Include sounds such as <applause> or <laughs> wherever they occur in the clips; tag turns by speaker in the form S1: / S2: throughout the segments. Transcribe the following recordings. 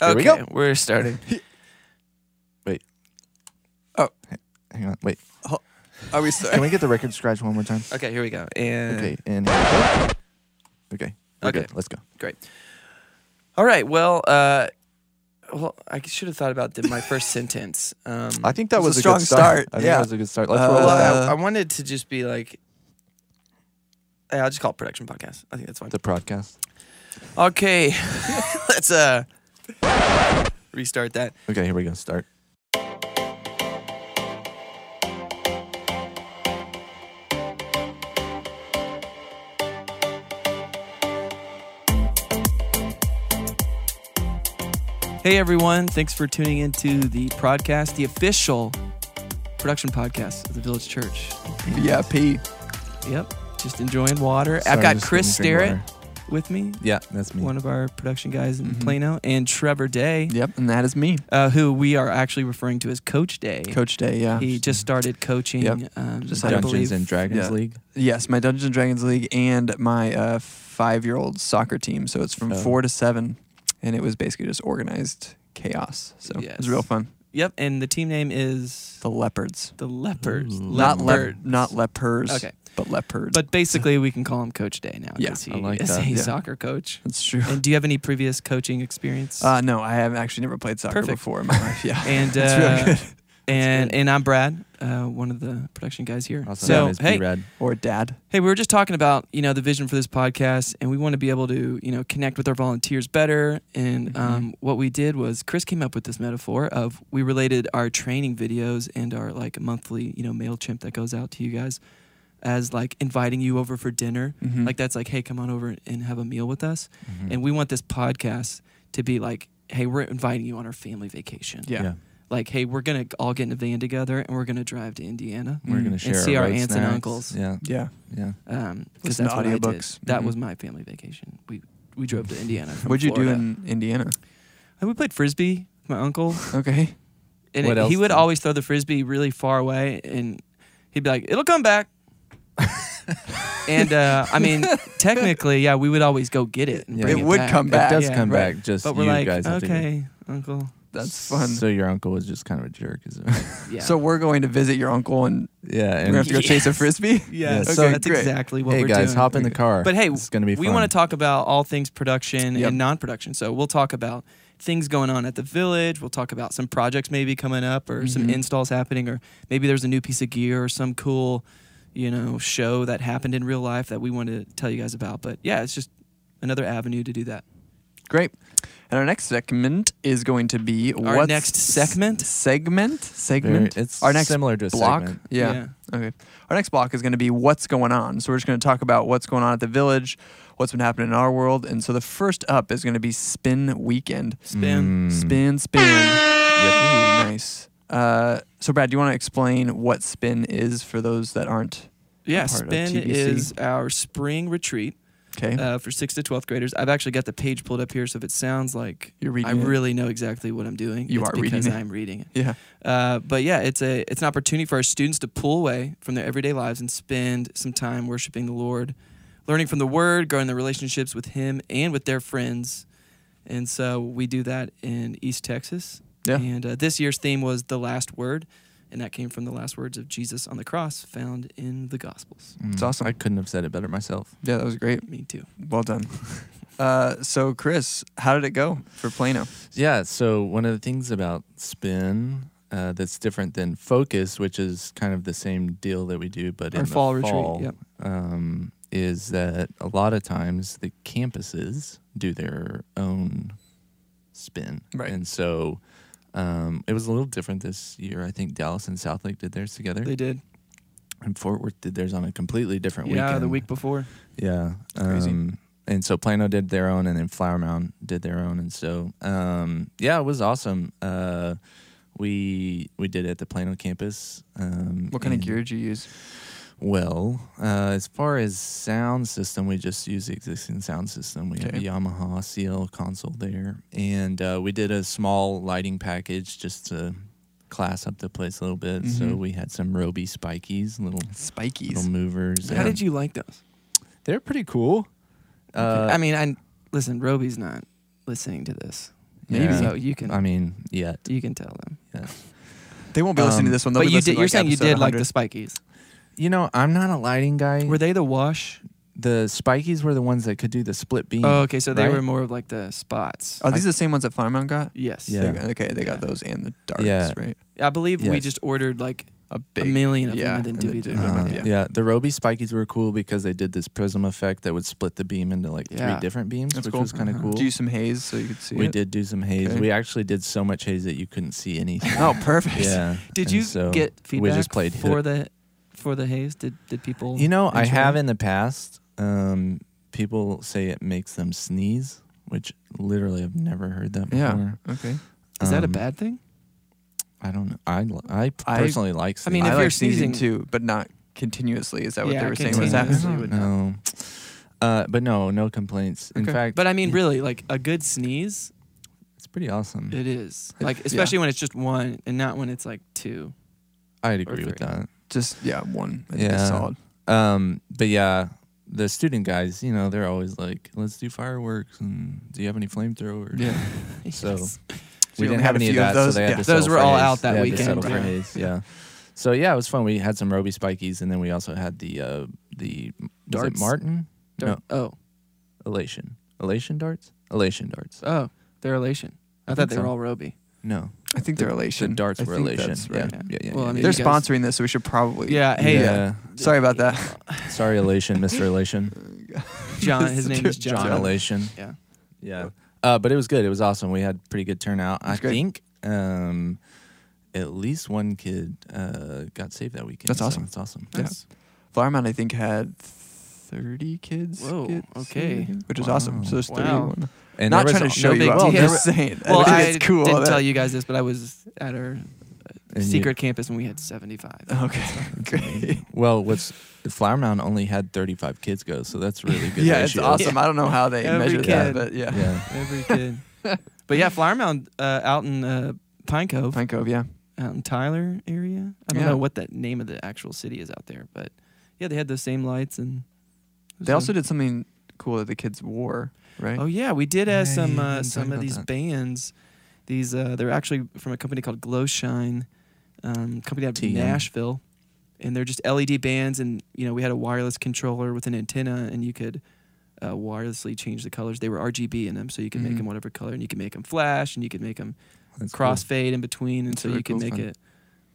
S1: Here we
S2: okay,
S1: go.
S2: are starting.
S1: Wait,
S2: oh,
S1: hang on. Wait,
S2: <laughs> are we
S1: can
S2: starting?
S1: we get the record scratch one more time?
S2: okay, here we go. And
S1: Okay, and here we go. Okay, we're
S2: Okay.
S1: good. Let's go.
S2: great. All right. Well, uh, well, I should have thought about the- my first sentence. Um,
S1: I think that
S2: it
S1: was,
S2: a
S1: a,
S2: strong
S1: good start.
S2: start,
S1: I think
S2: yeah. Uh,
S1: that was a good start. Let's
S2: well,
S1: roll with that.
S2: I, I wanted to just be like, yeah, I'll just call it production podcast. I think that's fine.
S1: The podcast.
S2: Okay, <laughs> let's uh restart that.
S1: Okay, here we go. Start.
S2: Hey everyone, thanks for tuning into the podcast, the official production podcast of the Village Church.
S1: Yeah, Pete.
S2: Yep, just enjoying water. I've got Chris Starrett with me,
S1: Yeah, that's me.
S2: one of our production guys in
S3: Mm-hmm.
S2: Plano, and Trevor Day,
S3: Yep, and that is me,
S2: uh, who we are actually referring to as Coach Day.
S3: Coach Day. Yeah.
S2: He just started coaching.
S3: Yep.
S2: Um,
S3: Just
S2: I
S3: had a
S1: Dungeons
S2: believe.
S1: and Dragons
S3: Yeah.
S1: League.
S3: yes, my Dungeons and Dragons League and my uh, five-year-old soccer team. So it's from
S1: Oh.
S3: four to seven, and it was basically just organized chaos. So it
S2: Yes.
S3: was real fun.
S2: yep, and the team name is
S3: The leopards,
S2: the Leopards.
S1: Ooh.
S3: not lep,
S2: Leopards.
S3: not lepers,
S2: Okay,
S3: but leopards.
S2: but basically we can call him Coach Day now.
S3: Yeah,
S2: 'cause he
S1: I like
S2: is
S1: that.
S2: a
S3: Yeah.
S2: soccer coach.
S3: that's true.
S2: And do you have any previous coaching experience?
S3: Uh, no, I have actually never played soccer
S2: Perfect.
S3: before in my
S2: <laughs>
S3: life. Yeah, <laughs>
S2: and uh,
S3: It's really good.
S2: and
S3: good.
S2: and I'm Brad, uh, one of the production guys here.
S1: Also known
S2: so
S1: as
S2: hey,
S1: B-Rad.
S3: or dad.
S2: hey, we were just talking about you know the vision for this podcast, and we want to be able to you know connect with our volunteers better. And um, what we did was Chris came up with this metaphor of we related our training videos and our like monthly you know Mailchimp that goes out to you guys as like inviting you over for dinner.
S3: Mhm.
S2: Like that's like hey, come on over and have a meal with us.
S1: Mm-hmm.
S2: And we want this podcast to be like hey, we're inviting you on our family vacation
S3: yeah.
S2: like, hey, we're gonna all get in a van together and we're gonna drive to Indiana
S1: We're gonna
S3: And
S1: share
S2: see our
S1: road
S2: aunts Mm, and
S1: snacks.
S2: uncles.
S1: Yeah,
S3: yeah.
S1: yeah.
S2: because
S3: Listen
S2: Um, that's
S3: to
S2: what I did.
S3: audiobooks.
S2: That
S3: Mhm.
S1: Mm-hmm.
S2: was my family vacation. We we drove to Indiana. From
S3: What'd you
S2: Florida.
S3: do in
S2: <laughs>
S3: Indiana?
S2: And we played frisbee. with My uncle
S3: Okay.
S2: and
S1: What
S2: it-
S1: else
S2: he would
S1: did-
S2: always throw the frisbee really far away, and he'd be like, "It'll come
S1: <laughs>
S2: back." and uh, I mean, technically, yeah, we would always go get it. And
S1: Yeah.
S2: bring
S1: It
S2: it
S3: would
S2: back.
S3: come
S1: It
S3: back.
S1: does
S2: Yeah.
S1: come
S3: Right.
S1: back. Just
S2: But
S1: you
S2: we're like,
S1: guys have to get-
S2: okay, uncle.
S3: That's fun.
S1: So your uncle was just kind of a jerk, is it? <laughs>
S2: Yeah.
S3: So we're going to visit your uncle, and
S1: yeah.
S3: we're gonna have to go
S2: Yes.
S3: chase
S2: <laughs>
S3: a frisbee.
S2: yeah,
S1: Okay,
S2: so that's
S3: great.
S2: exactly what
S1: hey
S2: we're
S1: guys,
S2: doing.
S1: hop in the car.
S2: But hey,
S1: it's gonna be.
S2: we
S1: fun.
S2: want to talk about all things production
S3: Yep.
S2: and non-production. So we'll talk about things going on at the village. We'll talk about some projects maybe coming up, or some
S3: Mhm.
S2: installs happening, or maybe there's a new piece of gear or some cool, you know, show that happened in real life that we want to tell you guys about. But yeah, it's just another avenue to do that.
S3: Great. And our next segment is going to be
S2: Our
S3: what's
S2: next segment?
S3: Segment?
S1: Very-
S3: Segment?
S1: it's
S3: Our next
S1: similar to a
S3: block?
S1: segment.
S3: Yeah. Okay. Our next block is going to be what's going on. So we're just going to talk about what's going on at the village, what's been happening in our world. And so the first up is going to be Spin Weekend.
S2: Spin.
S1: Mm.
S3: Spin, spin. Ooh, nice. Uh, so, Brad, do you want to explain what spin is for those that aren't?
S2: Yeah,
S3: Part of
S2: spin
S3: TBC.
S2: is our spring retreat
S3: Okay.
S2: uh, for sixth to twelfth graders. I've actually got the page pulled up here, so if it sounds like
S3: You're
S2: I
S3: reading it.
S2: really know exactly what I'm doing,
S3: You
S2: it's
S3: are reading
S2: because
S3: it.
S2: I'm reading it.
S3: Yeah.
S2: Uh, but yeah, it's a it's an opportunity for our students to pull away from their everyday lives and spend some time worshiping the Lord, learning from the Word, growing their relationships with Him and with their friends. And so we do that in East Texas.
S3: Yeah.
S2: And uh, this year's theme was the last word, and that came from the last words of Jesus on the cross, found in the Gospels.
S3: It's
S1: Mm.
S3: awesome.
S1: I couldn't have said it better myself.
S3: Yeah, that was great.
S2: Me too.
S3: Well done. <laughs> Uh, so, Chris, how did it go for Plano?
S1: Yeah. So one of the things about spin uh, that's different than focus, which is kind of the same deal that we do, but
S2: Our
S1: in
S2: fall
S1: the
S2: retreat,
S1: fall,
S2: yep.
S1: um, is that a lot of times the campuses do their own spin,
S3: Right.
S1: And so um, it was a little different this year. I think Dallas and Southlake did theirs together,
S2: They did.
S1: and Fort Worth did theirs on a completely different
S2: yeah,
S1: weekend.
S2: the week before.
S1: Yeah.
S3: crazy.
S1: Um, and so Plano did their own, and then Flower Mound did their own, and so um, yeah, it was awesome. Uh, we we did it at the Plano campus. Um,
S3: What kind
S1: and-
S3: of gear did you use?
S1: Well, uh, as far as sound system, we just use the existing sound system. We have a
S3: Okay.
S1: Yamaha CL console there, and uh, we did a small lighting package just to class up the place a little bit. So
S3: Mhm.
S1: we had some Roby spikies, little little
S3: Spikies.
S1: movers.
S2: How
S1: and-
S2: did you like those?
S1: They're pretty cool. Uh,
S2: I mean, I listen. Roby's not listening to this.
S3: Maybe.
S1: Yeah.
S2: So you can
S1: I mean, yet.
S2: you can tell them.
S3: They won't be listening to
S1: Um,
S3: this one. They'll
S2: But
S3: be
S2: you did.
S3: listening to,
S2: You're
S3: like,
S2: saying you
S3: episode
S2: did like
S3: 100.
S2: the spikies.
S1: You know, I'm not a lighting guy.
S2: Were they the wash?
S1: the spikies were the ones that could do the split beam.
S2: Oh, okay. So they
S1: right?
S2: were more of like the spots.
S3: Are these the same ones that Fire Mount got?
S2: yes.
S1: Yeah.
S3: They got- okay, they got
S2: Yeah.
S3: those and the darts,
S1: Yeah.
S3: right?
S2: I believe we
S1: Yes.
S2: just ordered like
S3: A
S2: a
S3: big
S2: million of
S3: yeah,
S2: them and
S3: and
S2: then
S3: then
S2: divvied it
S3: did-
S1: Uh,
S2: around.
S1: yeah.
S3: yeah.
S1: the Roby spikies were cool because they did this prism effect that would split the beam into like
S2: Yeah.
S1: three different beams,
S3: That's
S1: which
S3: cool.
S1: was kind of
S2: Uh-huh.
S1: cool.
S3: Do you some haze so you could see
S1: we
S3: it?
S1: did do some haze.
S3: Okay.
S1: We actually did so much haze that you couldn't see anything.
S3: Oh, perfect.
S1: yeah.
S2: <laughs> Did
S1: and
S2: you
S1: so
S2: get feedback
S1: just played
S2: for
S1: hoop.
S2: the for the haze? Did did people?
S1: You know, I
S2: enjoy
S1: have
S2: it?
S1: in the past. Um, people say it makes them sneeze, which literally I've never heard that
S3: Yeah.
S1: before.
S3: <laughs> Okay.
S2: Is that a
S1: Um,
S2: bad thing?
S1: I don't know. I li- I
S3: I-
S1: personally like.
S2: I mean, if
S1: sneezing.
S3: I
S2: you're
S3: like sneezing
S2: sneezing-
S3: too, but not continuously. Is that what
S2: Yeah,
S3: they were saying was
S2: continuously.
S3: happening?
S2: continuously would not.
S1: No. Uh, but no, no complaints. In
S3: Okay.
S1: fact,
S2: But I mean, really, like a good sneeze,
S1: it's pretty awesome.
S2: it is. Like especially when it's just one and not when it's like two.
S1: I'd
S2: or
S1: agree with
S2: three.
S1: that.
S3: <laughs> Just yeah, one. I think
S1: Yeah.
S3: that's solid.
S1: Um, but yeah, the student guys, you know, they're always like, "Let's do fireworks." And do you have any flamethrowers?
S3: Yeah.
S1: So,
S2: <laughs> Yes.
S3: you
S1: we
S3: only
S1: didn't
S3: had
S1: have
S3: a
S1: any of
S3: few of
S1: that, so
S3: those?
S1: they had
S3: Yeah.
S1: to
S2: Those
S1: settle
S2: were
S1: for
S2: all
S1: haze.
S2: out that
S1: They had to
S2: weekend,
S1: settle for
S2: yeah.
S1: haze, yeah. So yeah, it was fun. We had some Roby spikies, and then we also had the uh, the was it
S2: Darts.
S1: Martin
S2: Dar- Oh,
S1: elation elation darts elation darts.
S2: oh, they're elation. I,
S1: I
S2: thought
S1: think
S2: they were
S1: so.
S2: all Roby.
S1: No,
S3: I think they're
S1: the
S3: elation.
S1: darts
S3: I
S1: were
S3: think
S1: elation.
S3: that's right.
S1: Yeah, yeah, yeah.
S2: Well, I
S1: yeah,
S2: mean,
S1: yeah.
S3: They're
S2: you guys-
S3: sponsoring this, so we should probably <laughs>
S2: Yeah. Hey, uh,
S1: Yeah.
S3: Oh, Sorry about that.
S2: <laughs>
S1: Sorry, elation, Mr.
S3: <laughs>
S1: Elation.
S2: John. His name is John.
S1: John Elation.
S2: Yeah.
S1: Yeah. Uh, but it was good. It was awesome. We had pretty good turnout. I
S3: That's great.
S1: think um, at least one kid uh, got saved that weekend.
S3: That's
S1: so
S3: awesome.
S1: That's awesome.
S3: Yeah.
S2: Nice.
S3: Flower Mound, I think, had 30 kids.
S2: Whoa,
S3: get
S2: okay.
S3: seated, Which is
S1: Wow.
S3: awesome. So there's 30.
S2: Wow.
S1: And
S3: Not
S1: there was
S3: trying to
S1: al-
S3: show
S2: no
S3: you
S2: big
S3: out. I'm
S2: deal.
S3: just saying.
S2: <laughs> Well,
S3: think
S2: I
S3: it's cool.
S2: didn't
S3: that-
S2: tell you guys this, but I was at our uh,
S1: And you-
S2: secret campus and we had 75.
S3: <laughs> Okay.
S2: <laughs>
S3: <laughs> okay.
S1: Well, what's Flower Mound only had 35 kids go, so that's really good.
S3: <laughs> Yeah, it's
S1: ratio.
S3: awesome. I don't know how they
S2: Every
S3: measure
S1: kid.
S3: that, but
S1: <laughs>
S3: yeah.
S1: Yeah.
S2: Every kid. <laughs> but yeah, Flower Mound uh, out in uh, Pine Cove,
S3: Pine Cove, yeah.
S2: out in Tyler area. I don't
S3: Yeah.
S2: know what the name of the actual city is out there, but yeah, they had those same lights and. it was
S3: They
S2: a-
S3: also did something cool that the kids wore, right?
S2: Oh yeah, we did have
S1: Yeah,
S2: some
S1: you
S2: uh,
S1: didn't
S2: some
S1: talk
S2: of
S1: about
S2: these
S1: that.
S2: bands. These uh, they're actually from a company called Glow Shine, um, company out of
S1: TM.
S2: Nashville, and they're just LED bands. And you know we had a wireless controller with an antenna, and you could uh, wirelessly change the colors. They were RGB in them, so you could make
S3: Mhm.
S2: them whatever color, and you could make them flash, and you could make them
S1: That's cool.
S2: crossfade in between, and
S3: That's
S2: so
S3: really
S2: you could
S3: cool
S2: make
S3: fun.
S2: it,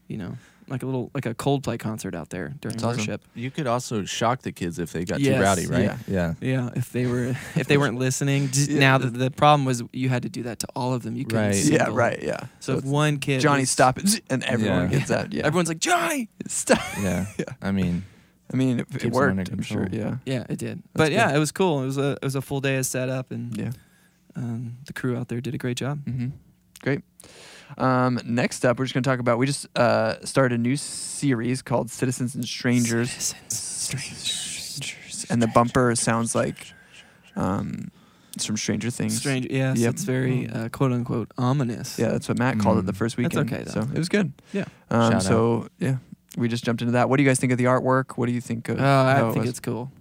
S2: you know, like a little like a Coldplay concert out there during
S3: That's awesome.
S2: worship.
S1: You could also shock the kids if they got
S2: Yes.
S1: too rowdy, right?
S3: Yeah.
S1: yeah.
S2: Yeah, if they
S3: <laughs>
S2: were if they weren't listening. Just
S3: Yeah.
S2: Now the, the problem was you had to do that to all of them. You couldn't
S1: Right.
S3: Yeah,
S2: single-
S3: right, yeah.
S2: So if
S3: it's
S2: one kid
S3: Johnny,
S2: was-
S3: stop it. <laughs> And everyone
S1: Yeah.
S3: gets out. Yeah.
S2: Everyone's like Johnny.
S3: Stop. <laughs>
S1: Yeah. I mean,
S3: I mean, it,
S1: Keeps
S3: it
S1: them
S3: worked,
S1: under
S3: I'm sure.
S1: control.
S3: Yeah.
S2: Yeah, it did. but yeah,
S3: good.
S2: it was cool. It was a it was a full day of setup and
S3: Yeah.
S2: um, the crew out there did a great job.
S3: Mm-hmm. Great. Um, next up, we're just going to talk about. We just uh, started a new series called Citizens and Strangers.
S2: Strangers.
S3: And the bumper sounds like um, it's from Stranger Things.
S2: Strange. Yes,
S3: Yep. Mm-hmm.
S2: it's very uh, quote unquote ominous.
S3: Yeah, that's what Matt called it the
S1: Mm.
S3: first
S2: That's
S3: weekend.
S2: okay, though.
S3: So it was good.
S2: Yeah.
S3: Um,
S1: Shout
S3: so yeah, we just jumped into that. What do you guys think of the artwork? What do you think of?
S2: Uh, I
S3: how it
S2: think
S3: was?
S2: it's cool.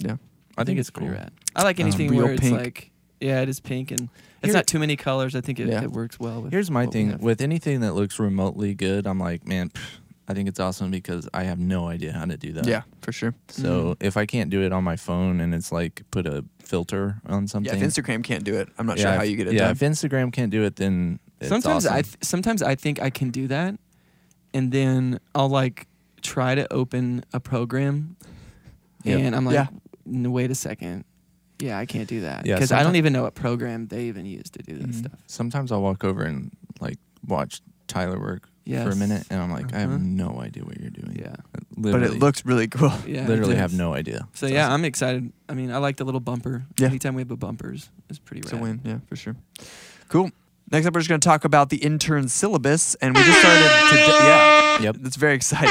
S1: I think it's
S2: pretty
S1: cool.
S2: rad. I like
S1: Um,
S2: anything
S3: real
S2: where it's
S3: pink.
S2: like yeah, it is pink and it's
S1: Here-
S2: not too many colors. I think it,
S3: Yeah.
S2: it works well. With
S1: Here's my
S2: what we
S1: thing
S2: have.
S1: with anything that looks remotely good, I'm like, man, pff, I think it's awesome because I have no idea how to do that.
S3: yeah, Mm-hmm. for sure.
S1: So if I can't do it on my phone and it's like put a filter on something.
S3: Yeah, if Instagram can't do it, I'm not sure
S1: yeah,
S3: how you get it
S1: yeah,
S3: done.
S1: if Instagram can't do it, then it's
S2: sometimes I
S1: awesome.
S2: th- sometimes I think I can do that, and then I'll like try to open a program,
S1: Yeah.
S2: and I'm like,
S3: Yeah.
S2: "N- wait a second, yeah, I can't do that
S1: Yeah, Mm-hmm.
S2: because I don't
S1: sometime-
S2: even know what program they even use to do this
S3: Mhm.
S2: stuff.
S1: sometimes I'll walk over and like watch Tyler work
S2: Yes.
S1: for a minute, and I'm like, I
S2: Uh-huh.
S1: have no idea what you're doing.
S2: Yeah,
S1: literally,
S3: but it looks really cool.
S2: yeah,
S1: Mm-hmm. literally
S2: it
S1: have
S2: is.
S1: no idea.
S2: So
S1: It's
S2: yeah,
S1: awesome.
S2: I'm excited. I mean, I like the little bumper.
S3: Yeah.
S2: Anytime we have a bumpers, it's pretty
S3: It's a
S2: rad.
S3: win, yeah, for sure. Cool. Next up, we're just going to talk about the intern syllabus, and we just started today. Yeah,
S1: Yep.
S3: that's very exciting.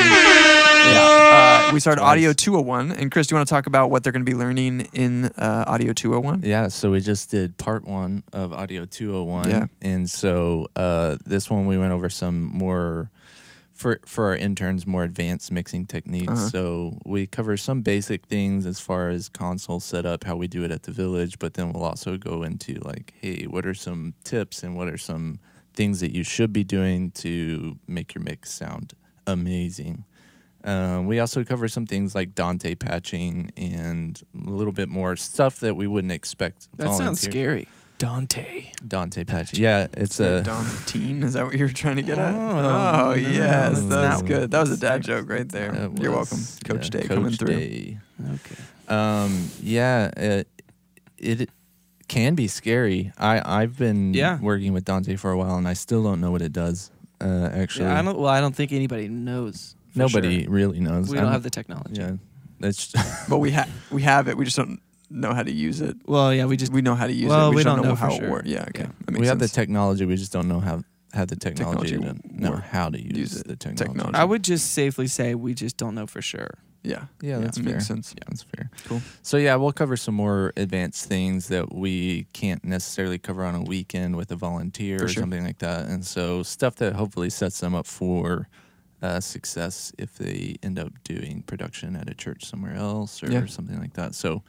S3: Yeah, uh, we started
S1: Twice.
S3: Audio 201, and Chris, do you want to talk about what they're going to be learning in uh, Audio 201?
S1: Yeah, so we just did part one of Audio 201.
S3: Yeah.
S1: And so uh, this one we went over some more for for our interns more advanced mixing techniques.
S3: Uh-huh.
S1: So we cover some basic things as far as console setup, how we do it at the village, but then we'll also go into like, hey, what are some tips and what are some things that you should be doing to make your mix sound amazing. Um, we also cover some things like Dante patching and a little bit more stuff that we wouldn't expect.
S2: That sounds
S1: volunteer-
S2: scary. Dante.
S1: Dante patching. Yeah, it's a
S3: Dom-teen? Is that what you were trying to get at?
S1: Oh,
S3: Oh,
S1: no, no, no,
S3: yes,
S1: no,
S3: that's
S1: no.
S3: good. That was a dad
S2: Thanks.
S3: joke right there.
S1: Uh,
S3: You're
S1: was,
S3: welcome, Coach
S1: yeah,
S3: Day coming
S1: Coach
S3: through.
S1: Day.
S2: Okay.
S1: Um, yeah, it, it can be scary. I I've been
S2: Yeah.
S1: working with Dante for a while, and I still don't know what it does. Uh, actually,
S2: I don't. Well, I don't think anybody knows. for
S1: nobody
S2: sure.
S1: really knows.
S2: We
S1: I
S2: don't have the technology.
S1: Yeah, that's
S3: But we have we have it. We just don't know how to use it.
S2: Well, yeah, we just.
S3: we know how to use
S2: Well,
S3: it. We,
S2: we
S3: just
S2: don't know for
S3: how it
S2: sure.
S3: works. Yeah, okay.
S1: Yeah.
S3: That
S1: we
S3: makes
S1: have the
S3: sense.
S1: technology. We just don't know how have the technology,
S3: Technology
S1: to know
S3: work.
S1: how to use,
S3: Use it.
S1: the technology.
S3: Technology.
S2: I would just safely say we just don't know for sure.
S3: yeah.
S1: Yeah, that's
S3: that
S1: fair.
S3: makes sense.
S1: Yeah, that's fair.
S3: Cool.
S1: So yeah, we'll cover some more advanced things that we can't necessarily cover on a weekend with a volunteer
S3: For
S1: or
S3: sure.
S1: something like that, and so stuff that hopefully sets them up for uh, success if they end up doing production at a church somewhere else or
S3: Yeah.
S1: something like that. So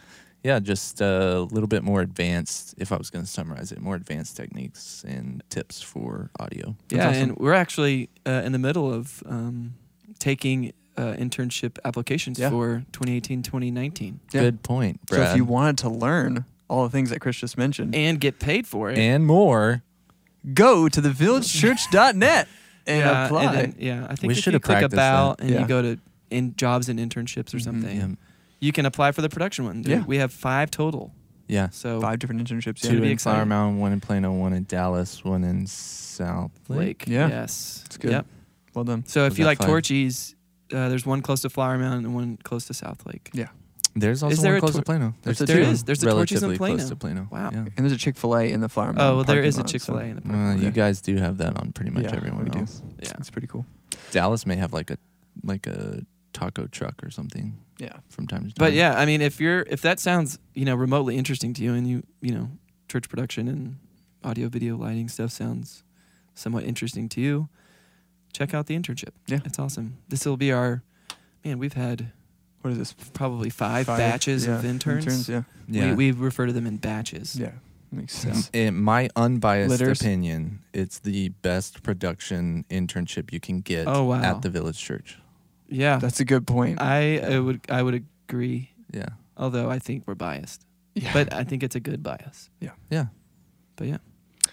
S1: yeah, just a little bit more advanced. If I was going to summarize it, more advanced techniques and tips for audio.
S2: yeah,
S3: awesome.
S2: and we're actually uh, in the middle of um, taking uh, internship applications
S3: Yeah.
S2: for 2018, 2019,
S3: Yeah.
S1: Good point, Brad.
S3: So if you wanted to learn all the things that Chris just mentioned,
S2: and get paid for it.
S1: and more.
S3: go to thevillagechurch.net and
S2: yeah,
S3: apply.
S2: and then- yeah, I think
S1: We
S2: if
S1: should
S2: you
S1: have
S2: click
S1: practiced
S2: about and
S3: Yeah.
S2: you go to in jobs and internships or
S3: Mhm.
S2: something,
S1: Yeah.
S2: you can apply for the production one. dude.
S3: Yeah.
S2: we have five total.
S1: yeah.
S2: So
S3: Five different internships.
S1: Two
S3: Yeah.
S2: be
S1: in Flower
S2: exciting.
S1: Mountain, one in Plano, one in Dallas, one in South Lake.
S2: Lake.
S3: Yeah.
S2: Yes.
S3: It's good.
S2: Yep.
S3: Well done.
S2: So if
S1: Was
S2: you
S1: that
S2: like
S1: five?
S2: Torchies, uh, there's one close to Flower Mountain and one close to South Lake.
S1: There's also
S2: Is there
S1: one
S2: a
S1: close
S2: tor-
S1: to Plano. There's
S2: there
S1: two
S2: is. There's a Torches in
S1: relatively
S2: Plano.
S1: Close to Plano.
S2: Wow.
S1: Yeah.
S3: And there's a Chick fil A in the farm.
S2: Oh, well, there is a Chick Fil A in the park.
S1: Well,
S3: Yeah.
S1: you guys do have that on pretty much
S3: Yeah, we
S1: everyone
S3: do.
S1: else.
S2: Yeah.
S3: It's pretty cool.
S1: Dallas may have like a like a taco truck or something
S3: Yeah.
S1: from time to time.
S2: But yeah, I mean, if you're if that sounds you know remotely interesting to you, and you you know church production and audio, video, lighting stuff sounds somewhat interesting to you, check out the internship.
S3: Yeah.
S2: it's awesome. This will be our man. We've had
S3: What is this?
S2: probably five,
S3: Five,
S2: batches of
S3: yeah,
S2: interns.
S3: yeah.
S1: yeah. Um,
S2: We, we refer to them in batches.
S3: Yeah. Makes
S2: So-
S3: sense.
S1: in my unbiased
S3: Litters.
S1: opinion, it's the best production internship you can get
S2: Oh, wow.
S1: at the Village Church.
S2: Yeah,
S3: That's a good point.
S2: I, uh, I would I would agree.
S1: Yeah.
S2: Although I think we're biased,
S3: Yeah.
S2: but I think it's a good bias.
S1: Yeah.
S2: But yeah,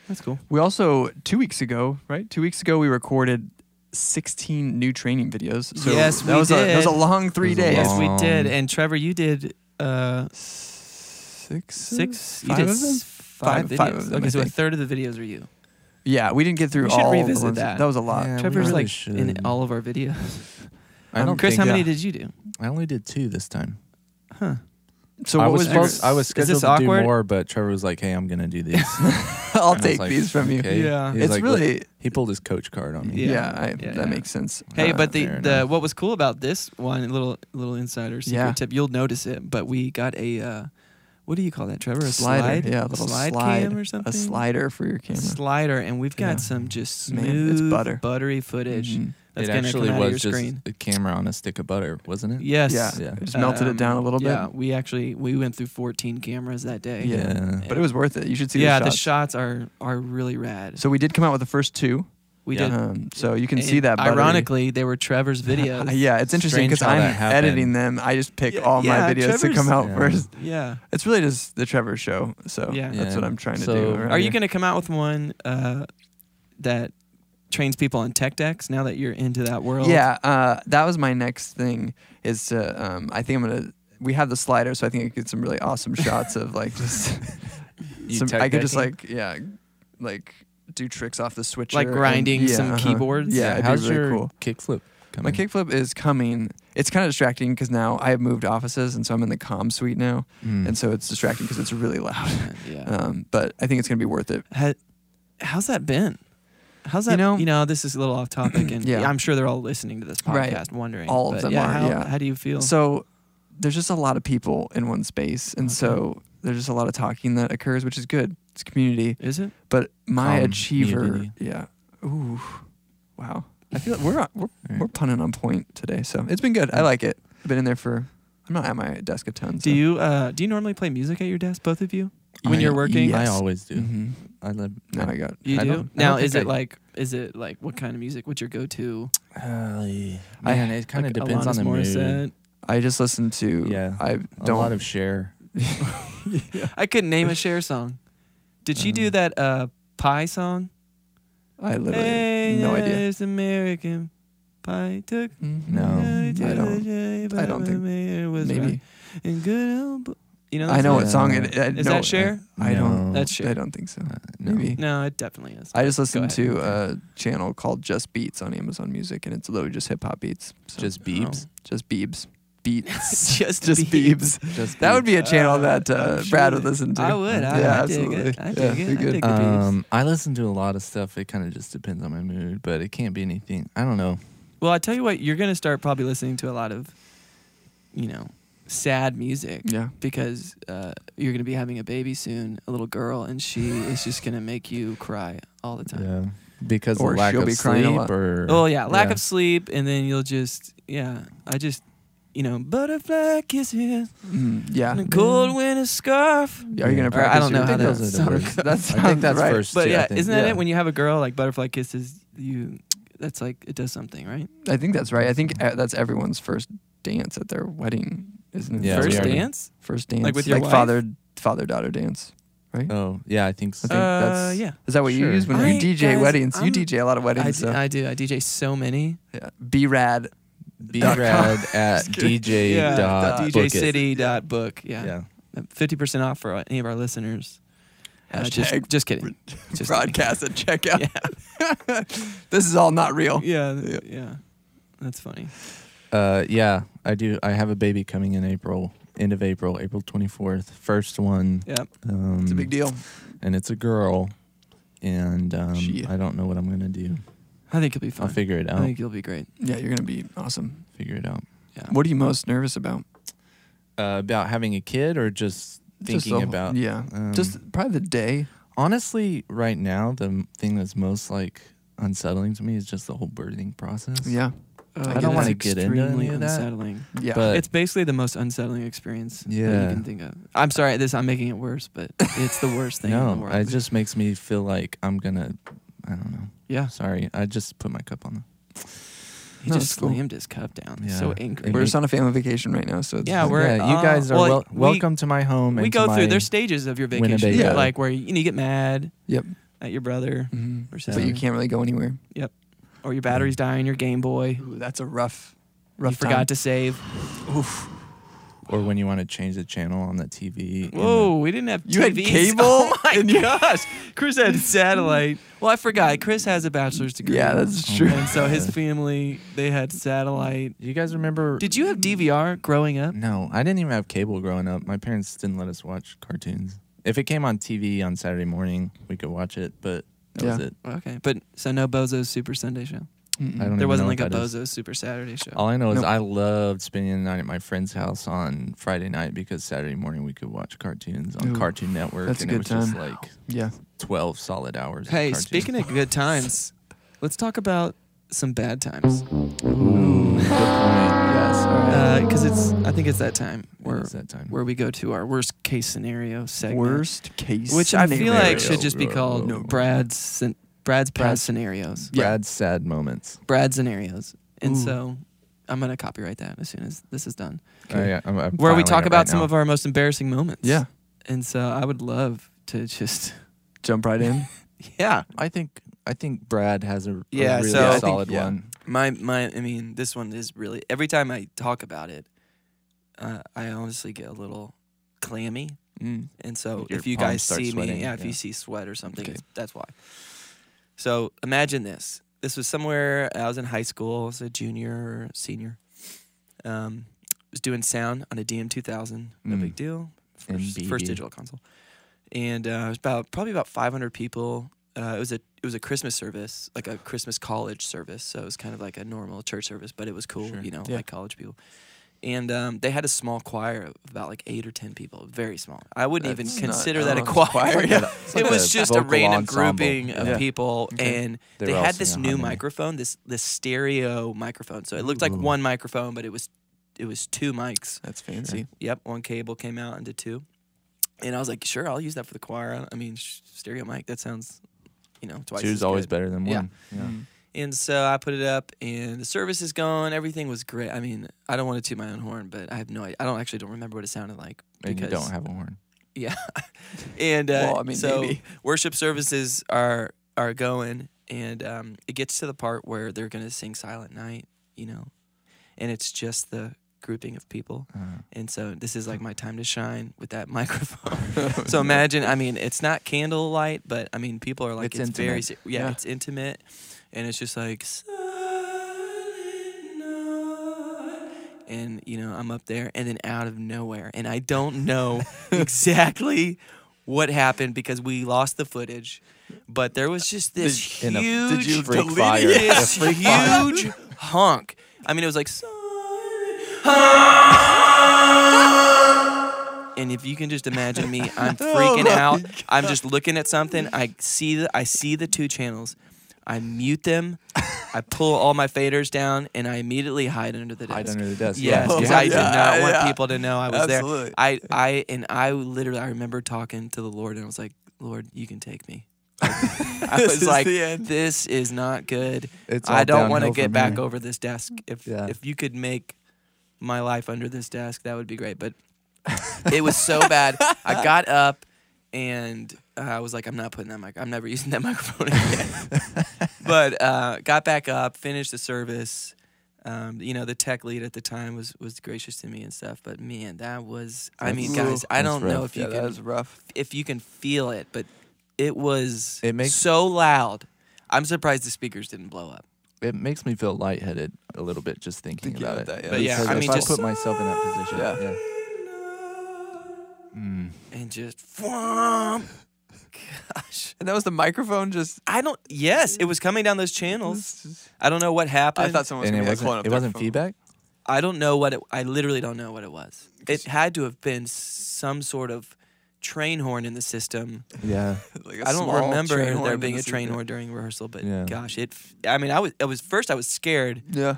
S2: that's cool.
S3: We also two weeks ago, right? Two weeks ago, we recorded sixteen new training videos. So
S2: Yes,
S3: that
S2: we
S3: was A, that was a
S2: did.
S3: long three
S1: It was a
S3: days.
S2: Yes, we
S1: Um,
S2: did. And Trevor, you did uh,
S3: Six,
S2: six. You
S3: five
S2: did
S3: of them?
S2: s- five,
S3: Five-
S2: videos.
S3: five of them,
S2: okay,
S3: I
S2: so a
S3: think.
S2: third of the videos are you.
S3: Yeah, we didn't get through
S2: We should
S3: all. the
S2: revisit
S3: ones.
S2: that.
S3: That was a lot.
S1: Yeah, we
S2: Trevor's
S1: really
S2: like in
S1: should.
S2: all of our videos.
S1: I don't
S2: Um, Chris,
S1: think,
S2: how many
S3: yeah.
S2: did you do?
S1: I only did two this time.
S2: Huh?
S3: So
S1: I
S3: what
S1: was,
S3: was, your-
S1: supposed- I was
S2: is this
S1: scheduled to do
S2: awkward?
S1: more, but Trevor was like, "Hey, I'm gonna
S3: <laughs>
S1: do these."
S3: I'll
S1: And I was
S3: take
S1: like,
S3: these from you.
S1: okay.
S2: Yeah.
S1: He's
S3: It's
S1: like, "Look,"
S3: really
S1: he pulled his coach card on me.
S3: yeah.
S2: Yeah.
S3: I,
S2: Yeah,
S3: that
S2: yeah.
S3: makes sense.
S2: Hey,
S1: Uh,
S2: but the,
S1: fair
S2: the
S1: enough.
S2: what was cool about this one little little insider secret
S3: Yeah.
S2: tip? You'll notice it, but we got a uh, what do you call that, Trevor? A
S3: Slider.
S2: slide,
S3: Yeah, a little
S2: slide,
S3: slide.
S2: cam or something.
S3: a slider for your camera.
S2: Slider, and we've got
S3: Yeah.
S2: some just
S3: Man,
S2: smooth,
S3: it's butter.
S2: buttery footage
S3: Mhm.
S2: that's
S1: it
S2: gonna
S1: actually
S2: come out
S1: was
S2: of your
S1: just
S2: screen.
S1: a camera on a stick of butter, wasn't it?
S2: Yes.
S3: Yeah,
S1: Yeah.
S3: it just
S2: Um,
S3: melted it down a little bit.
S2: Yeah, we actually we went through 14 cameras that day.
S3: Yeah. But it was worth it. You should see.
S2: yeah,
S3: the
S2: the shots
S3: shots.
S2: are are really rad.
S3: So we did come out with the first two.
S2: we
S1: Yeah.
S2: did.
S3: Um, so you can
S2: and
S3: see that. buttery-
S2: Ironically, they were
S3: <laughs>
S2: Trevor's videos.
S3: yeah, it's interesting
S1: Strange
S3: because
S1: how
S3: I'm
S1: that happened.
S3: editing them. I just pick
S2: Yeah,
S3: all
S2: yeah,
S3: my videos to
S2: Trevor's-
S3: come out
S1: Yeah.
S3: first.
S2: yeah.
S3: It's really just the Trevor show. So
S2: Yeah.
S3: that's what
S1: Yeah.
S3: I'm trying to
S1: So-
S3: do. around
S2: Are you
S3: here.
S2: going to come out with one uh, that trains people on tech decks now that you're into that world?
S3: Yeah, uh, that was my next thing. Is to um, I think I'm gonna. We have the slider, so I think I could get some really awesome shots of
S2: <laughs>
S3: like just.
S1: You
S3: some,
S1: tech
S3: I could just
S1: decking?
S3: like yeah, like do tricks off the switcher,
S2: Like grinding
S3: and- yeah,
S2: some
S3: uh-huh.
S2: keyboards.
S3: Yeah, it'd
S1: How's
S3: be really
S1: your
S3: cool.
S1: kickflip coming?
S3: My kickflip is coming. It's kind of distracting because now I have moved offices, and so I'm in the comm suite now,
S1: Mm.
S3: and so it's distracting because it's really loud.
S2: Uh, yeah.
S3: Um, but I think it's gonna be worth it.
S2: Ha- how's that been? How's
S3: You
S2: that? You know,
S3: know-
S2: this is a little off topic, and
S3: <clears throat> Yeah.
S2: I'm sure they're all listening to this podcast,
S3: Right.
S2: wondering.
S3: All of
S2: but
S3: them
S2: yeah,
S3: are,
S2: How,
S3: yeah.
S2: how do you feel?
S3: So there's just a lot of people in one space, and
S2: Okay.
S3: so there's just a lot of talking that occurs, which is good. It's community.
S2: is it?
S3: But my
S1: Community.
S3: achiever, yeah. Ooh, wow. I feel like we're on- we're,
S1: All right.
S3: we're punning on point today, so it's been good. I like it. I've been in there for. I'm not at my desk a ton.
S2: Do
S3: so-
S2: you uh, do you normally play music at your desk, both of you, when
S1: I-
S2: you're working?
S1: I
S3: Yes.
S1: always do.
S3: Mhm.
S1: I love.
S3: No, I got.
S2: You
S1: I
S2: do
S1: don't- I
S2: now.
S1: don't
S2: Is
S1: think
S2: it
S1: I-
S2: like is it like what kind of music? What's your go-to?
S1: I,
S3: I-
S1: man, it kind of
S2: Like
S1: depends
S2: Alanis
S1: on the mood.
S2: Morissette?
S3: I just listened to.
S1: Yeah.
S3: I
S1: A lot
S3: don't.
S1: of share.
S2: I couldn't name a Cher song. Did she do
S1: Um,
S2: that uh, Pie song?
S3: I literally
S2: hey,
S3: no idea. Mm-hmm. Um,
S2: there's American Pie took.
S1: No.
S2: me to
S3: I
S2: the
S3: don't.
S2: shape
S3: I don't
S2: of
S3: think-
S2: a man was
S3: Maybe
S2: right. And good old bo- you know.
S3: I
S2: that
S3: know
S2: song?
S3: what song
S1: Yeah.
S3: it. I,
S2: Is
S3: no,
S2: that Cher?
S3: I
S1: No.
S3: don't.
S2: That's Cher.
S3: I don't think so.
S1: Uh, no.
S3: Maybe.
S2: No, it definitely is.
S3: I just listened
S2: ahead.
S3: to a channel called Just Beats on Amazon Music, and it's literally just hip hop beats. So
S1: Just beebs.
S3: just <laughs> Beebs.
S2: <laughs>
S3: Beats.
S2: Just
S3: <laughs> just
S2: Biebs.
S3: Beebs.
S1: Just
S3: That would be a channel
S2: Uh,
S3: that uh,
S2: I'm sure
S3: Brad
S2: that-
S3: would listen to.
S2: I would. I,
S3: Yeah,
S2: I dig
S3: absolutely.
S2: it. I
S3: Yeah,
S2: dig
S3: be
S2: it. I
S3: good.
S2: <laughs> dig the beeps.
S1: Um, I listen to a lot of stuff. It kind of just depends on my mood, but it can't be anything. I don't know.
S2: Well, I tell you what, you're gonna start probably listening to a lot of, you know, sad music
S3: Yeah.
S2: because uh, you're gonna be having a baby soon, a little girl, and <laughs> she is just gonna make you cry all the time.
S1: Yeah, because
S3: Or
S1: of lack
S3: she'll
S1: of
S3: be crying a
S1: sleep
S3: lot.
S1: or
S2: Oh yeah, lack
S3: Yeah.
S2: of sleep, and then you'll just yeah. I just you know butterfly kisses
S3: Mm, yeah.
S2: and a cold winter scarf.
S3: Yeah, Are you gonna
S1: Or I
S3: practice?
S2: don't know
S3: your-
S2: how
S3: I think
S2: that
S3: those are
S2: sounds.
S3: the words. That
S1: I think
S3: sounds
S1: that's
S3: right.
S1: first.
S2: But
S1: too, I
S2: yeah,
S1: think.
S2: isn't that
S3: yeah.
S2: it? When you have a girl like butterfly kisses, you that's like it does something, right?
S3: I think that's right. I think uh, that's everyone's first dance at their wedding, isn't it?
S1: Yeah,
S2: First
S1: we already-
S2: dance.
S3: First dance.
S2: Like with your wife?
S3: father father daughter dance.
S1: Oh yeah, I think so.
S2: <laughs>
S3: I think
S2: uh,
S3: that's-
S2: yeah.
S3: Is that what
S1: Sure.
S3: you use when
S2: I-
S3: you DJ
S2: guys,
S3: weddings? you
S2: I'm-
S3: DJ a lot of
S2: I, d-
S3: weddings. so
S2: I do. I DJ so many.
S3: yeah. Be rad.
S1: Be rad at DJ
S2: yeah,
S1: dot
S2: dot
S1: book it.
S2: DJcity dot book. Yeah,
S1: Yeah.
S2: fifty percent off for any of our listeners. Uh, just,
S3: Hashtag
S2: just kidding. Just
S3: broadcast at <laughs> checkout. this is all not real.
S2: Yeah, th- yeah, that's funny.
S1: Uh, yeah, I do. I have a baby coming in April, end of April, April twenty fourth, first one.
S2: Yeah,
S1: Um,
S3: It's a big deal.
S1: and it's a girl, and um,
S3: She-
S1: I don't know what I'm gonna do.
S2: I think you'll be
S1: I'll
S2: fine. Oh,
S1: figure it
S2: I
S1: out.
S2: think you'll be great.
S3: Yeah, you're gonna be awesome.
S1: figure it out.
S2: Yeah.
S3: What are you most nervous about?
S1: Uh, about having a kid or just
S3: Just
S1: thinking
S3: the whole-
S1: about
S3: Yeah.
S1: um,
S3: Just probably the day.
S1: honestly right now the m- thing that's most like unsettling to me is just the whole birthing process
S3: Yeah.
S2: yeah,
S1: I don't wanna
S2: that's
S1: get into any
S2: Uh, extremely
S1: of that,
S2: Unsettling.
S3: Yeah.
S1: but-
S2: it's basically the most unsettling experience that
S1: Yeah.
S2: you can think of. I'm sorry, this I'm making it worse, but it's the worst thing in the
S1: no
S2: world.
S1: it just makes me feel like i'm gonna i don't know
S2: yeah,
S1: sorry i just put my cup on the
S2: he
S3: No,
S2: just
S3: it's cool.
S2: slammed his cup down.
S1: Yeah.
S2: So angry.
S1: It
S3: we're
S1: make-
S3: just on a family vacation right now, so it's
S2: Yeah, we're-
S1: you
S2: uh,
S1: guys are
S2: well,
S1: wel-
S2: we-
S1: welcome to my home
S2: we
S1: and to
S2: go
S1: my-
S2: through there's stages of your vacation
S1: Winnebago.
S3: Yeah.
S2: like where you, you get mad
S3: Yep.
S2: at your brother
S1: Mm-hmm.
S3: Mhm.
S2: We're
S3: But you
S1: sad.
S3: can't really go anywhere.
S2: or your battery's dying your game boy
S3: Ooh, that's a rough,
S2: you
S3: rough.
S2: forgot to save
S1: or when you want to change the channel on the tv and
S2: whoa we didn't have
S3: You had
S2: <laughs> TVs.
S3: cable
S2: oh my
S3: and you-
S2: gosh chris
S3: <laughs>
S2: had satellite well i forgot chris has a bachelor's degree
S3: Yeah, that's
S1: Oh
S3: true.
S2: and so his family they had satellite
S1: the- you guys remember
S2: did you have dvr growing up
S1: no i didn't even have cable growing up my parents didn't let us watch cartoons if it came on tv on saturday morning we could watch it but that was
S3: Yeah.
S1: it
S2: okay but so no bozo's super sunday show
S3: Mm-mm.
S1: I don't
S2: there
S1: even
S2: wasn't
S1: know
S2: like
S1: what
S2: a
S1: that is.
S2: bozo's super saturday show
S1: All I know is
S3: Nope.
S1: I loved spending the night at my friend's house on Friday night because Saturday morning we could watch cartoons on
S3: Ooh,
S1: Cartoon Network.
S3: that's a
S1: and
S3: good
S1: it was just
S3: time.
S1: like
S3: Yeah.
S1: 12 solid hours. of
S2: hey
S1: cartoons.
S2: speaking of good
S3: <laughs>
S2: times let's talk about some bad times
S1: Ooh, good point.
S3: Yes. All right.
S2: because Uh, it's I think it's that time
S1: Where
S2: where
S1: is that time?
S2: where we go to our worst case scenario segment,
S3: Worst case.
S2: which I feel
S3: scenario.
S2: like should just be called
S1: No.
S2: Brad's scen- Brad's bad
S3: Brad's-
S2: scenarios,
S3: yeah.
S1: Brad's sad moments.
S2: Brad's scenarios, and
S3: Ooh.
S2: so I'm gonna copyright that as soon as this is done,
S1: Oh, yeah, I'm- I'm
S2: where we
S1: filing
S2: talk
S1: it
S2: about
S1: right
S2: some
S1: now.
S2: of our most embarrassing moments.
S3: Yeah.
S2: and so I would love to just <laughs>
S3: Jump right in.
S2: yeah
S1: I think I think Brad has a, a
S2: Yeah,
S1: really
S2: so- I think-
S1: solid
S3: yeah.
S1: one.
S2: my my I mean this one is really every time I talk about it, uh, I honestly get a little clammy.
S1: Mm.
S2: And so
S1: Your
S2: if you
S1: palms
S2: guys
S1: start
S2: see
S1: sweating,
S2: me, yeah, if
S1: yeah.
S2: you see sweat or something,
S3: Okay.
S2: it's that's why. So imagine this. This was somewhere I was in high school, I was a junior or senior. Um, was doing sound on a DM2000, no
S1: Mm.
S2: big deal. First,
S1: MBB.
S2: first digital console. And uh, it was about probably about 500 people. Uh, it was a it was a Christmas service, like a Christmas college service. So it was kind of like a normal church service, but it was cool,
S1: Sure.
S2: you know,
S3: Yeah.
S2: like college people. and um, they had a small choir of about like eight or ten people, very small. I wouldn't
S3: That's
S2: even
S3: not-
S2: consider
S3: I
S2: that a
S3: don't
S2: <laughs>
S3: know,
S2: choir.
S3: it's a choir, yeah.
S1: It's
S2: it
S1: like
S2: was
S1: a
S2: just a
S1: vocal
S2: random
S1: ensemble,
S2: grouping of
S1: yeah.
S2: people,
S3: Okay.
S2: and
S1: They
S2: they,
S1: were all
S2: had this
S1: singing
S2: new
S1: harmony.
S2: microphone, this this stereo microphone. So it looked like
S1: Ooh.
S2: one microphone, but it was it was two mics.
S3: That's fancy.
S2: Yep, one cable came out into two, and I was like, sure, I'll use that for the choir. I don't- I mean, sh- stereo mic. That sounds, you know, twice.
S1: Two's
S2: as
S1: always
S2: good.
S1: better than
S2: Yeah.
S1: one. Yeah.
S3: Mm.
S2: And so I put it up, and the service is gone. Everything was great. I mean, I don't want to toot my own horn, but I have no. idea. I don't actually don't remember what it sounded like.
S1: And you
S2: because-
S1: don't have a
S2: <laughs>
S1: horn.
S2: Yeah, and uh,
S3: Well, I mean,
S2: so
S3: maybe.
S2: worship services are are going, and um, it gets to the part where they're gonna sing Silent Night, you know, and it's just the grouping of people,
S1: Uh,
S2: and so this is like my time to shine with that <laughs>
S3: <laughs>
S2: microphone. so imagine, I mean, it's not candlelight, but I mean, people are like,
S1: It's
S2: it's, very,
S1: intimate.
S2: se- yeah,
S3: Yeah.
S2: it's intimate, and it's just like, "Silent night." and you know, I'm up there, and then out of nowhere, and I don't know <laughs> exactly what happened because we lost the footage, but there was just this
S1: In a-
S2: huge,
S1: did you freak
S2: delete-
S1: fire?
S2: this
S1: A freak <laughs> fire?
S2: huge honk. I mean, it was like. "Silent and if you can just imagine me,
S1: <laughs>
S2: I'm
S1: Oh
S2: freaking out. I'm just looking at something. I see the I see the two channels. I mute them. I pull all my faders down, and I immediately hide under the desk.
S1: hide under the desk.
S2: Yes,
S1: Yeah.
S2: 'cause
S1: Yeah.
S2: I did
S3: Yeah,
S2: not want
S3: yeah.
S2: people to know I was
S3: Absolutely.
S2: there. I, I, and I literally, I remember talking to the Lord, and I was like, "Lord, you can take me." I
S3: <laughs> This
S2: was
S3: is
S2: like,
S3: the end.
S2: "This is not good.
S1: <laughs> It's
S2: I
S1: all
S2: don't want to
S1: downhill
S2: get
S1: from
S2: back
S1: here."
S2: over this desk. If
S1: Yeah.
S2: if you could make my life under this desk, that would be great."
S1: <laughs>
S2: But it was so bad. I got up and uh, I was like, I'm not putting that mic. I'm never <laughs> using that microphone
S1: <laughs>
S2: again. but uh, got back up, finished the service. Um, you know, the tech lead at the time was was gracious to me and stuff. But man, that was. I
S1: That's-
S2: mean, guys, I
S1: That's
S2: don't know
S1: rough.
S2: if you
S3: yeah,
S2: can
S3: that was rough.
S2: if you can feel it, but it was
S1: It makes-
S2: so loud. I'm surprised the speakers didn't blow up.
S1: It makes me feel lightheaded a little bit just thinking
S3: Thinking
S1: about it.
S3: about that, yeah.
S2: But yeah,
S1: Because
S2: I
S1: if
S2: mean, just-
S1: I put myself in
S2: <laughs>
S1: that position.
S3: Yeah.
S1: yeah. Mm.
S2: And just, gosh,
S3: And that was the microphone just.
S2: I don't. Yes, it was coming down those channels. Mm-hmm. I don't know what happened.
S3: I thought someone was
S1: And
S3: gonna
S1: it
S3: be like,
S1: wasn't,
S3: "Hold up
S1: it
S3: their
S1: wasn't
S2: <laughs>
S3: phone."
S1: feedback?
S2: I don't know what it, I literally don't know what it was. It had to have been some sort of train horn in the system.
S1: Yeah.
S3: Like a
S2: I don't
S3: small
S2: remember
S3: train horn
S2: there
S3: in
S2: being
S3: the
S2: a train
S3: seat.
S2: horn during rehearsal, but
S1: Yeah.
S2: gosh, it. f- I mean, I was. I was first. I was scared
S3: Yeah.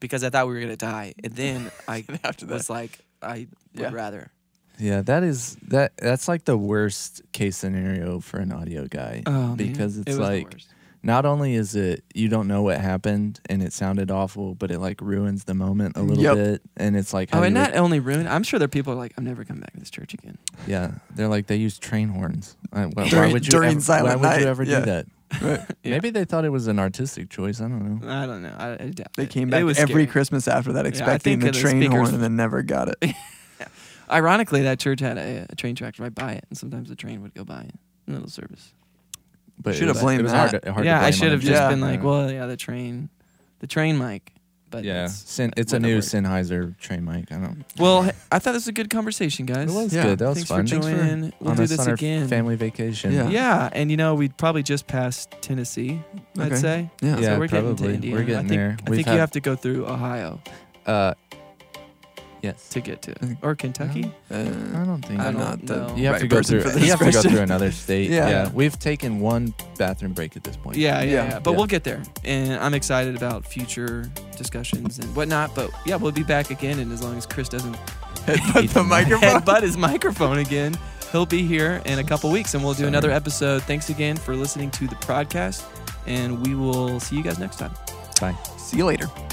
S2: because I thought we were gonna die, and <laughs> then I
S3: After that.
S2: was like, I would
S3: Yeah.
S2: rather.
S1: Yeah, that is that that's like the worst case scenario for an audio guy.
S2: Oh,
S1: because it's like not only is it you don't know what happened and it sounded awful, but it like ruins the moment a little
S3: Yep.
S1: bit. And it's like how
S2: Oh, and
S1: you
S2: not only ruined. I'm sure there are people who are like, I'm never coming back to this church again.
S1: would- yeah, they're like they use train horns. Uh, wh- why,
S3: During-
S1: would you
S3: during
S1: ever, why
S3: Silent
S1: would
S3: Night,
S1: you ever
S3: yeah.
S1: do
S3: <laughs>
S1: that?
S2: <laughs> Yeah.
S1: Maybe they thought it was an artistic choice. I don't know.
S2: I don't know. I, I doubt
S3: They
S2: it.
S3: came
S2: It
S3: back
S2: was
S3: every
S2: scary.
S3: Christmas after that,
S2: I
S3: expecting
S2: think
S3: the
S2: the
S3: train horn,
S2: speakers-
S3: and then never got <laughs> it.
S2: Ironically, that church had a, a train track right by it, and sometimes the train would go by it. in Little service.
S1: But it
S3: Should've
S1: was-
S3: blamed
S1: it was Hard
S3: that.
S1: to, hard to
S2: yeah, I
S1: blame
S2: should
S1: on
S2: have
S1: it.
S2: just
S3: Yeah.
S2: been like, well, yeah, the train, the train mic. But
S1: yeah,
S2: it's-
S1: Sin, it's a
S2: wouldn't have
S1: new
S2: worked.
S1: Sennheiser train mic. I don't.
S2: Well, h- I thought this was a good conversation, guys.
S1: It was
S3: Yeah.
S1: good. That was
S2: Thanks
S1: fun.
S2: for joining. we'll
S1: on
S2: do
S1: us
S2: this
S1: on our
S2: again.
S1: family vacation.
S3: Yeah.
S2: Yeah, and you know we probably just passed Tennessee. I'd
S3: Okay.
S2: say.
S3: Yeah.
S1: Yeah,
S2: so we're getting
S1: probably.
S2: to Indiana.
S1: We're getting
S2: I think,
S1: there.
S2: I
S1: We've
S2: think
S1: had-
S2: you have to go through Ohio
S1: Uh, yes.
S2: to get to
S3: think-
S2: or Kentucky.
S1: I
S3: Uh,
S1: don't think.
S2: I
S3: I'm
S2: don't
S3: not the
S2: know.
S1: you have
S3: right
S1: to go
S3: person
S1: through.
S3: for this
S1: You have to go
S3: question.
S1: through another state.
S3: <laughs> Yeah.
S1: yeah. We've taken one bathroom break at this point.
S2: Yeah, yeah,
S3: Yeah.
S2: yeah, But
S1: Yeah.
S2: we'll get there, and I'm excited about future discussions and whatnot. But yeah, we'll be back again, and as long as Chris doesn't
S3: <laughs> Headbutt the
S2: <laughs>
S3: microphone.
S2: headbutt his microphone again. He'll be here in a couple weeks and we'll do another episode. Thanks again for listening to the podcast, and we will see you guys next time.
S1: Bye.
S3: <laughs> See you later.